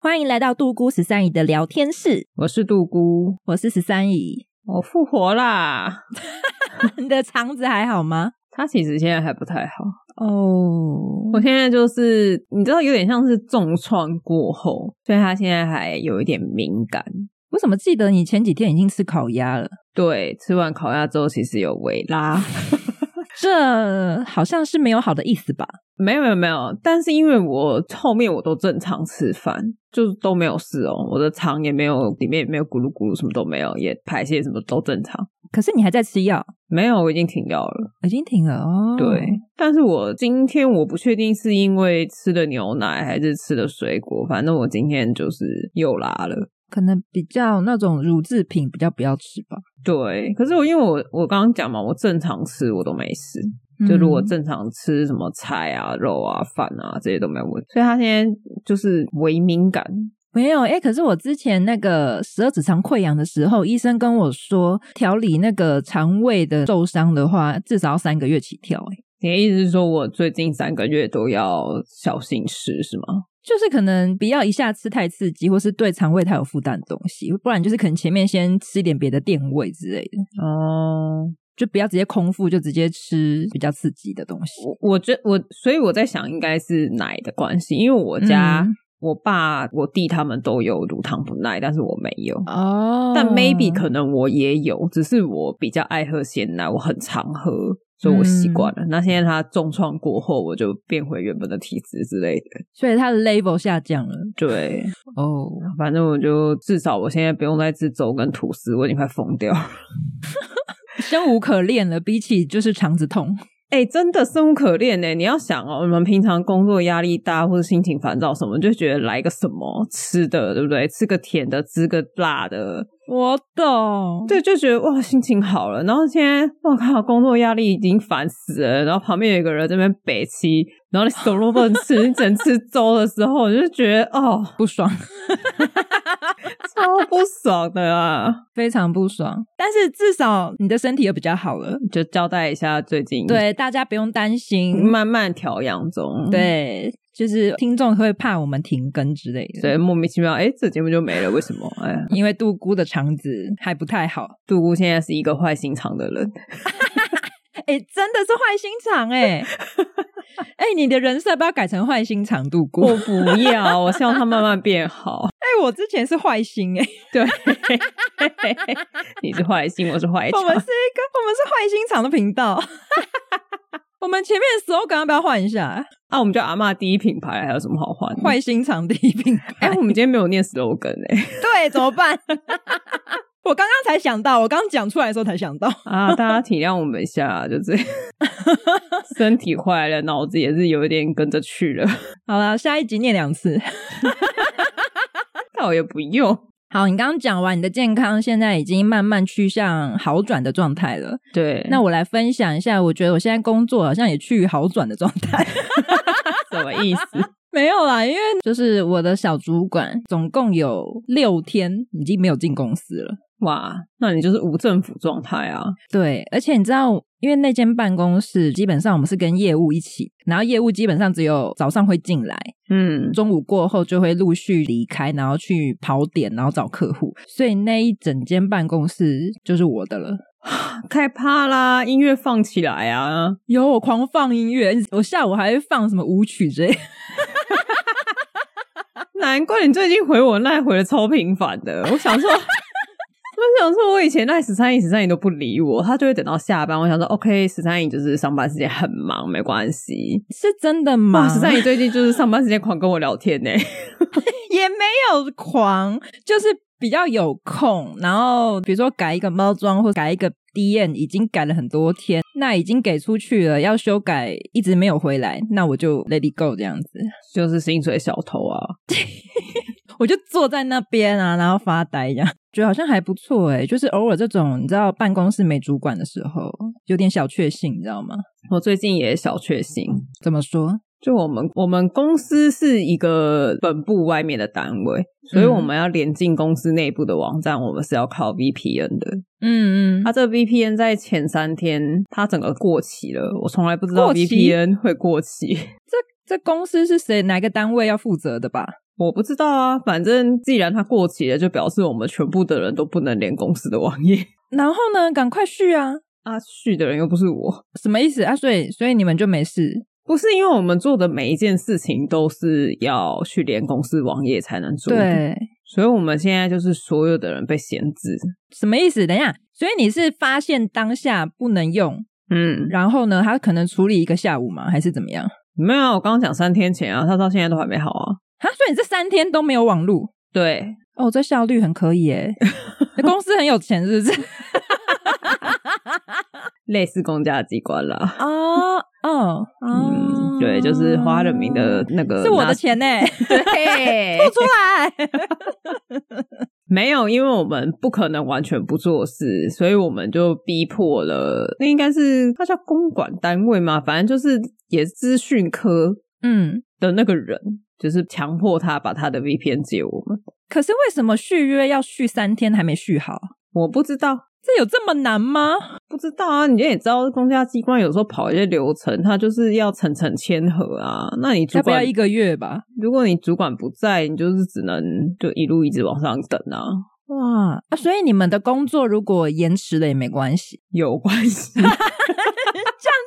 欢迎来到杜姑十三姨的聊天室，我是杜姑，我是十三姨。 我复活啦。你的肠子还好吗？他其实现在还不太好，哦我现在就是你知道，有点像是重创过后，所以他现在还有一点敏感。我怎么记得你前几天已经吃烤鸭了？对，吃完烤鸭之后，其实有微拉，这好像是没有好的意思吧？ 没有没有没有，但是因为我后面我都正常吃饭，就是都没有事哦，我的肠也没有，里面也没有咕噜咕噜，什么都没有，也排泄什么都正常，可是你还在吃药，没有，我已经停药了。已经停了哦。对，但是我今天我不确定是因为吃了牛奶还是吃了水果，反正我今天就是又拉了。可能比较那种乳制品比较不要吃吧。对，可是我因为我我刚刚讲嘛，我正常吃我都没事，就如果嗯正常吃什么菜啊、肉啊、饭啊这些都没有问题，所以他现在就是微敏感，没有哎、诶可是我之前那个十二指肠溃疡的时候，医生跟我说，调理那个肠胃的受伤的话，至少要三个月起跳、诶你的意思是说我最近三个月都要小心吃是吗？就是可能不要一下吃太刺激，或是对肠胃太有负担的东西，不然就是可能前面先吃一点别的垫胃之类的，哦、就不要直接空腹就直接吃比较刺激的东西。我我觉我，所以我在想应该是奶的关系，因为我家、嗯我爸、我弟他们都有乳糖不耐，但是我没有。哦但 maybe 可能我也有，只是我比较爱喝鲜奶，我很常喝，所以我习惯嗯了。那现在他重创过后，我就变回原本的体质之类的。所以它的 level 下降了 对，哦。反正我就至少我现在不用再吃粥跟吐司，我已经快疯掉了。生无可恋了，比起就是肠子痛，哎、真的生无可恋呢、你要想哦，我们平常工作压力大或者心情烦躁什么，就觉得来个什么吃的，对不对？吃个甜的，吃个辣的， 我懂对，对，就觉得哇，心情好了。然后现在我靠，工作压力已经烦死了。然后旁边有一个人在那边北七，然后你什么都不能吃，你只能吃粥的时候，我就觉得哦，不爽，超不爽的啊！非常不爽。但是至少你的身体又比较好了，就交代一下最近，对，大家不用担心。慢慢调养中，对，就是听众会怕我们停更之类的，对，莫名其妙，哎，这节目就没了，为什么？哎，因为杜姑的肠子还不太好。杜姑现在是一个坏心肠的人，哎、真的是坏心肠 哎、哎、你的人设要不要改成坏心肠度过？我不要，我希望他慢慢变好。哎、我之前是坏心哎、对，你是坏心，我是坏我肠们是一个我。们是坏心肠的频道。 我们前面的时候，刚刚不要换一下啊，我们叫阿嬷第一品牌，还有什么好换的？坏心肠第一品哎、牌？我们今天没有念 slogan 哎、 对，怎么办？ 我刚刚才想到，我刚讲出来的时候才想到。啊，大家体谅我们一下，啊就是 身体坏了，脑子也是有一点跟着去了，好了，下一集念两次。倒也不用。好，你刚刚讲完你的健康，现在已经慢慢趋向好转的状态了。对，那我来分享一下，我觉得我现在工作好像也趋于好转的状态。 什么意思？没有啦，因为就是我的小主管，总共有六天已经没有进公司了。哇，那你就是无政府状态啊！对，而且你知道，因为那间办公室基本上我们是跟业务一起，然后业务基本上只有早上会进来，嗯，中午过后就会陆续离开，然后去跑点，然后找客户，所以那一整间办公室就是我的了。开趴啦，音乐放起来啊！有我狂放音乐，我下午还会放什么舞曲之类的。 难怪你最近回我那回的超频繁的，我想说我想说，我以前赖十三姨，十三姨都不理我，她就会等到下班。我想说，OK，十三姨就是上班时间很忙，没关系。是真的哇，吗？十三姨最近就是上班时间狂跟我聊天 呢、 也没有狂，就是比较有空。然后比如说改一个包装或改一个 D N，已经改了很多天，那已经给出去了，要修改一直没有回来，那我就 let it go 这样子，就是薪水小偷啊。我就坐在那边啊，然后发呆这样，觉得好像还不错诶、就是偶尔这种你知道办公室没主管的时候，有点小确幸，你知道吗？我最近也小确幸，怎么说？就我们我们公司是一个本部外面的单位，所以嗯我们要连进公司内部的网站，我们是要靠 VPN 的。嗯嗯啊它、，这个 VPN 在前三天，它整个过期了，我从来不知道过期 VPN 会过期。这公司是谁哪个单位要负责的吧？我不知道啊，反正既然它过期了，就表示我们全部的人都不能连公司的网页。然后呢，赶快续啊！啊，续的人又不是我，什么意思啊？所以所以你们就没事？不是因为我们做的每一件事情都是要去连公司网页才能做的，，所以我们现在就是所有的人被闲置。什么意思？等一下，所以你是发现当下不能用，嗯，然后呢，他可能处理一个下午吗？还是怎么样？没有啊，我刚刚讲三天前啊，他到现在都还没好啊。啊，所以你这三天都没有网路对，哦，这效率很可以 诶，公司很有钱是不是？类似公家机关啦。 哦哦嗯，对，就是花人民的呃那个是我拿的 钱呢，对，付出 来。没有，因为我们不可能完全不做事，所以我们就逼迫了，那应该是他叫公管单位嘛，反正就是也是资讯科嗯，的那个人，就是强迫他把他的 VPN 借我们。可是为什么续约要续三天还没续好？我不知道，这有这么难吗？不知道啊！你也知道，公家机关有时候跑一些流程，他就是要层层签合啊。那你主要不要管一个月吧？如果你主管不在，你就是只能就一路一直往上等啊，哇、啊，所以你们的工作如果延迟了也没关系，有关系。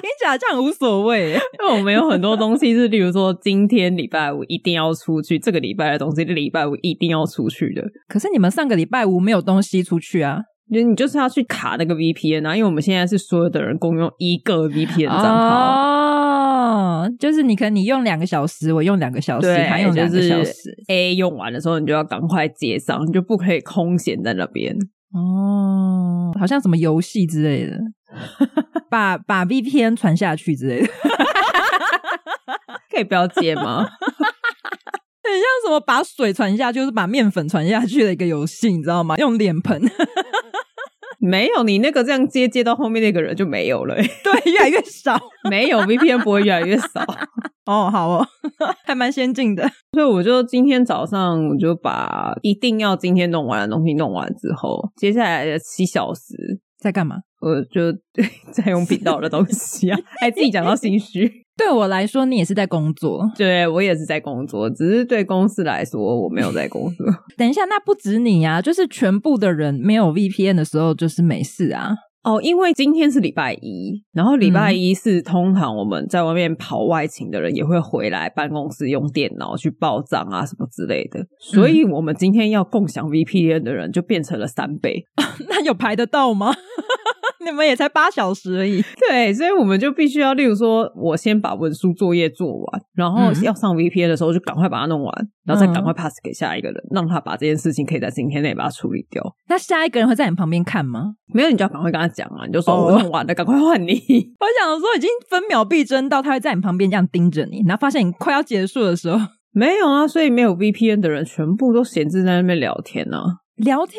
听起来这样无所谓。 因为我们有很多东西是，例如说今天礼拜五一定要出去，这个礼拜的东西礼拜五一定要出去的，可是你们上个礼拜五没有东西出去啊？就你就是要去卡那个 VPN 啊，因为我们现在是所有的人共用一个 VPN 账啊号。哦，就是你可能你用两个小时，我用两个小时，对，他用两就个是小时。 A 用完的时候，你就要赶快接上，你就不可以空闲在那边。哦，好像什么游戏之类的， 把把 VPN 传下去之类的， 像可以不要接吗？ 什么把水传下去，就是把面粉传下去的一个游戏，你知道吗？用脸盆， 没有，你那个这样接接到后面那个人就没有了、欸 对，越来越少。没有 VPN 不会越来越少。哦，好哦， 还蛮先进的。所以我就今天早上我就把一定要今天弄完的东西弄完之后，接下来的七小时，在干嘛？我呃就 在用频道的东西 啊，还自己讲到心 虚。对我来说，你也是在工作。对我也是在工作，只是对公司来说我没有在工作。等一下，那不止你啊，就是全部的人没有 VPN 的时候，就是没事啊。 哦，因为今天是礼拜一，然后礼拜一是通常我们在外面跑外勤的人也会回来办公室用电脑去报账啊什么之类的，所以我们今天要共享 VPN 的人就变成了三倍。那有排得到吗？ 你们也才八小时而已。 对，所以我们就必须要，例如说，我先把文书作业做完，然后嗯要上 VPN 的时候就赶快把它弄完，然后再嗯赶快 pass 给下一个人，让他把这件事情可以在今天内把它处理掉。那下一个人会在你旁边看吗？没有，你就要赶快跟他讲啊，你就说哦我弄完了，赶快换你。 我想说，已经分秒必争到他会在你旁边这样盯着你，然后发现你快要结束的时候没有啊，所以没有 VPN 的人全部都闲置在那边聊天啊。聊天，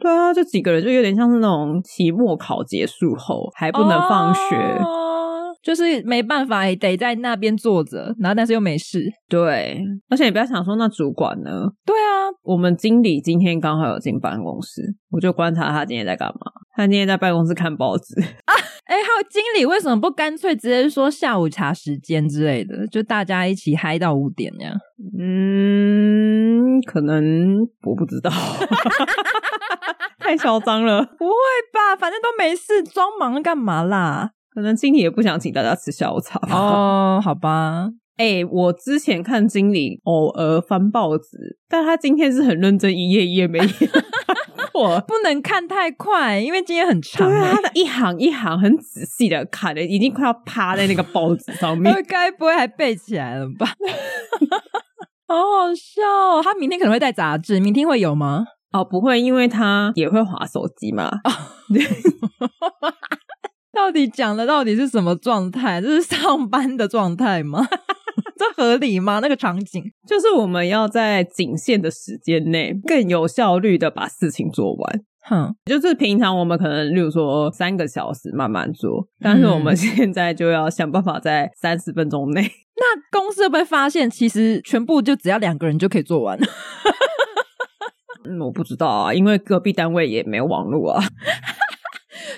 对啊，就几个人就有点像是那种期末考结束后还不能放学。哦就是没办法，也得在那边坐着，然后但是又没事。对，而且你不要想说那主管呢，对啊，我们经理今天刚好有进办公室，我就观察他今天在干嘛。他今天在办公室看报纸，哎，还有经理为什么不干脆直接说下午茶时间之类的，就大家一起嗨到五点这样？嗯，可能我不知道， 太嚣张了。不会吧，反正都没事，装忙干嘛啦？可能经理也不想请大家吃下午茶吧。哦，好吧，哎、我之前看经理偶尔翻报纸，但他今天是很认真，一页一页没看过。 我不能看太快，因为今天很长对啊，欸。他一行一行很仔细的看的，已经快要趴在那个报纸上面 他。该不会还背起来了吧？ 好好笑、哦！他明天可能会带杂志，明天会有吗？哦，不会，因为他也会划手机嘛。到底讲的到底是什么状态？这是上班的状态吗？ 这合理吗？那个场景就是我们要在仅限的时间内，更有效率的把事情做完。哼，就是平常我们可能，例如说三个小时慢慢做，但是我们嗯现在就要想办法在三十分钟内。那公司会不会发现，其实全部就只要两个人就可以做完？嗯，我不知道啊，因为隔壁单位也没有网络啊。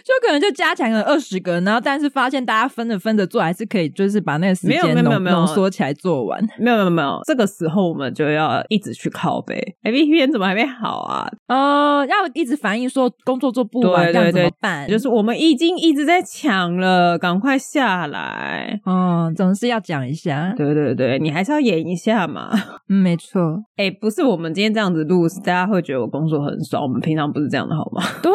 就可能就加起来可能二十个人，然后但是发现大家分着分着做，还是可以就是把那个时没有没间有没有浓没有浓缩起来做完。没有没有没有，这个时候我们就要一直去靠背。A P P 怎么还没好啊？呃，要一直反映说工作做不完，对这样对怎么对办？就是我们已经一直在抢了，赶快下来。哦，总是要讲一下。对对对，你还是要演一下嘛。嗯，没错。哎、不是我们今天这样子录，大家会觉得我工作很爽。我们平常不是这样的好吗？ 对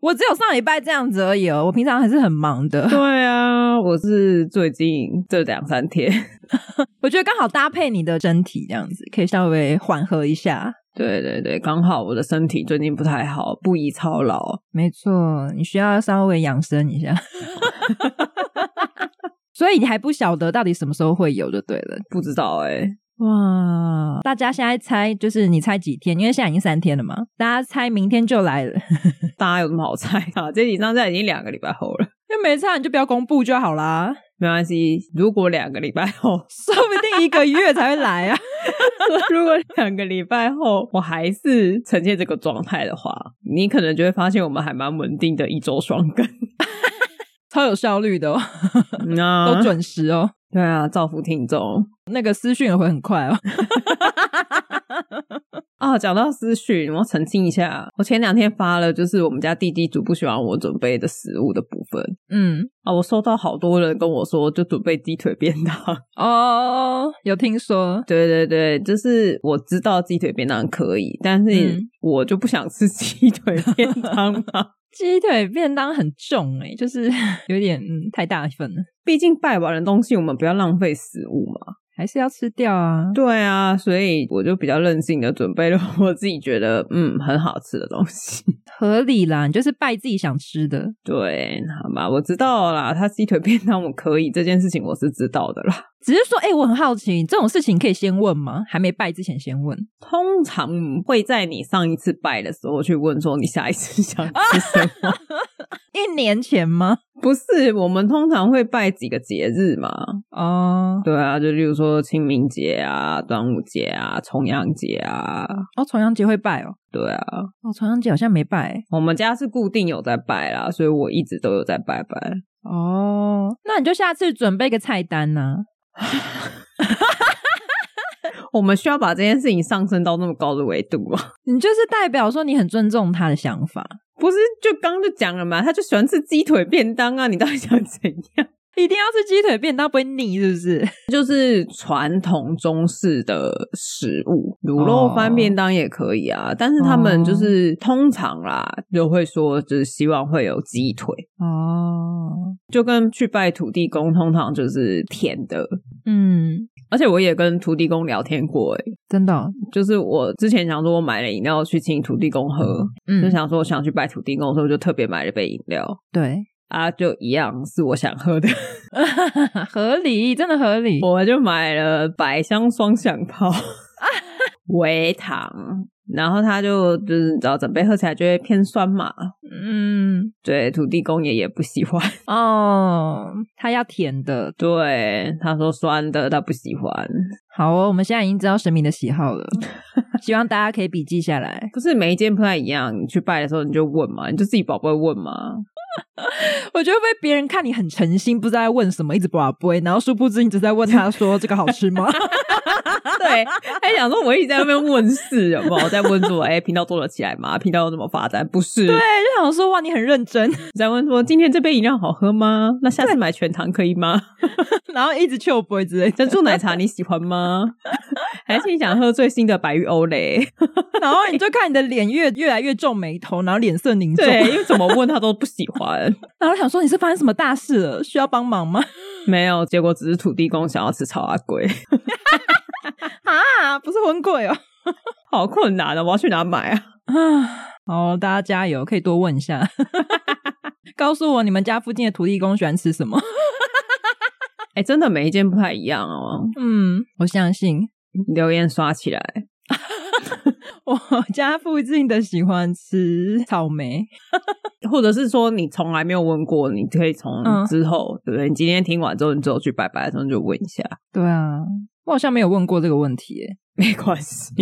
我只有上礼拜这样子而已哦，我平常还是很忙的。对啊，我是最近这两三天， 我觉得刚好搭配你的身体这样子，可以稍微缓和一下。对对对，刚好我的身体最近不太好，不宜操劳。没错，你需要稍微养生一下。 所以你还不晓得到底什么时候会有就对了。不知道哎、哇！大家现在猜，就是你猜几天？因为现在已经三天了嘛，大家猜明天就来 了，大家有什么好猜啊？ 这集上架已经两个礼拜后了，又没猜你就不要公布就好啦，没关系。如果两个礼拜后， 说不定一个月才会来 啊。如果两个礼拜后我还是呈现这个状态的话，你可能就会发现我们还蛮稳定的一周双更，超有效率的哦， 那都准时哦，对啊，造福听众。那个私讯也会很快哦。啊，讲到私讯，我要澄清一下，我前两天发了就是我们家弟弟主不喜欢我准备的食物的部分嗯，啊，我收到好多人跟我说就准备鸡腿便当， 哦，有听说，对对对，就是我知道鸡腿便当可以，但是嗯我就不想吃鸡腿便当嘛， 鸡腿便当很重诶、就是 有点嗯太大一份了，毕竟拜完的东西我们不要浪费食物嘛。还是要吃掉啊。对啊，所以我就比较任性的准备了我自己觉得嗯很好吃的东西。 合理啦，你就是拜自己想吃的。对，好吧，我知道啦，他鸡腿便当我可以这件事情我是知道的啦。只是说，哎、我很好奇，这种事情可以先问吗？还没拜之前先问。通常会在你上一次拜的时候去问说你下一次想吃什么。一年前吗？ 不是，我们通常会拜几个节日嘛？哦对啊，就例如说清明节啊、端午节啊、重阳节啊，哦，重阳节会拜哦。对啊，哦，重阳节好像没拜欸我们家是固定有在拜啦，所以我一直都有在拜拜。哦。那你就下次准备个菜单啊呐、我们需要把这件事情上升到那么高的维度吗？你就是代表说你很尊重他的想法，不是，就刚刚就讲了嘛，他就喜欢吃鸡腿便当啊，你到底想怎样？一定要吃鸡腿便当不会腻，是不是？就是传统中式的食物，卤肉饭哦便当也可以啊。但是他们就是、通常啦，就会说就是希望会有鸡腿，哦，就跟去拜土地公通常就是甜的。嗯，而且我也跟土地公聊天过、欸，真的哦、就是我之前想说我买了饮料去请土地公喝，嗯，就想说我想去拜土地公，所以我就特别买了杯饮料对，啊，就一样是我想喝的，合理，真的合理。我就买了百香双响炮、微糖，然后它就就是你知道整杯喝起来就会偏酸嘛，嗯，对，土地公爷也不喜欢， 哦，他要甜的。对，他说酸的他不喜欢，好哦，我们现在已经知道神明的喜好 了，希望大家可以笔记下来。不是每一间不太一样，你去拜的时候你就问嘛，你就自己宝贝问嘛，我觉得被别人看你很诚心，不知道在问什么，一直把不然后殊不知你只在问他说这个好吃吗？ 对，还想说我一直在那边问事，有没有？我在问说，哎、频道做得起来吗？频道要怎么发展？不是，对，就想说哇，你很认真，在问说今天这杯饮料好喝吗？那下次买全糖可以吗？然后一直求不会之类的。 珍珠奶茶你喜欢吗？还是你想喝最新的白玉欧蕾？ 然后你就看你的脸越越来越皱眉头，然后脸色凝重，对，因为怎么问他都不喜 欢。然后想说你是发生什么大事了，需要帮忙吗？ 没有，结果只是土地公想要吃炒阿龟，啊，不是婚贵哦。 好困难啊！我要去哪买 啊？啊，好，大家加油，可以多问一下， 告诉我你们家附近的土地公喜欢吃什么？ 哎、真的每一件不太一样哦。嗯，我相信留言刷起来，我家附近的喜欢吃草莓，或者是说你从来没有问过，你可以从嗯之后，对不对？你今天听完之后，你之后去拜拜的时候你就问一下，对啊，我好像没有问过这个问题耶， 没关系。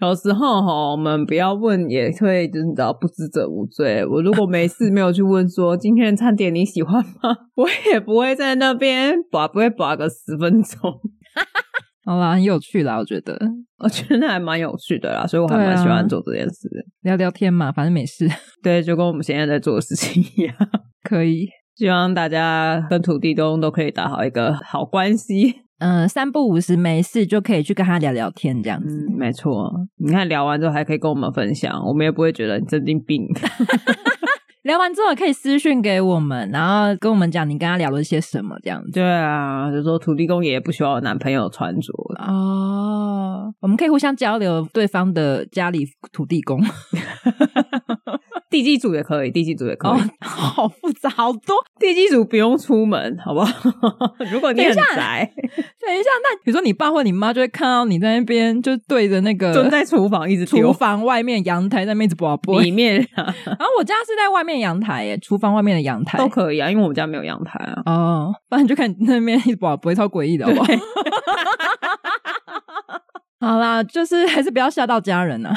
有时候哈，我们不要问，也会就是你知道不知者无罪。我如果没事没有去问说今天的餐点你喜欢吗， 我也不会在那边把不会把个十分钟。 好啦，很有趣啦，我觉得我觉得那还蛮有趣的啦，所以我还对啊蛮喜欢做这件事的。聊聊天嘛，反正没事，对，就跟我们现在在做的事情一样。 可以。希望大家跟土地公都可以打好一个好关系。嗯，三不五时没事就可以去跟他聊聊天，这样子。嗯，没错。你看聊完之后还可以跟我们分享，我们也不会觉得你神经病。聊完之后可以私讯给我们，然后跟我们讲你跟他聊了些什么，这样子。对啊，就说土地公爷爷不喜欢我男朋友穿着。啊哦，我们可以互相交流对方的家里土地公。地基组也可以，地基组也可以。哦， 好复杂，好多。地基组不用出门，好不 好？如果你等一很下宅，等一下，那比如说你爸或你妈就会看到你在那边就对着那蹲个在厨房一直厨丢房外面阳台在那边一直播播。里面、啊、然后我家是在外面阳台耶，厨房外面的阳台都可以啊，因为我们家没有阳台啊。哦，不然你就看你那边一直播播，超诡异的好不好？ 对好啦，就是还是不要吓到家人啊，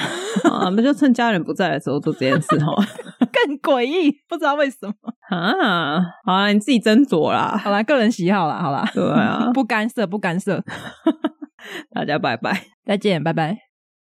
啊，我们就趁家人不在的时候做这件事哦哈。 更诡异，不知道为什么。 啊，好啦，你自己斟酌 啦。好啦，个人喜好啦，好啦， 对啊， 不干涉，不干涉，大家拜拜。再见，拜拜。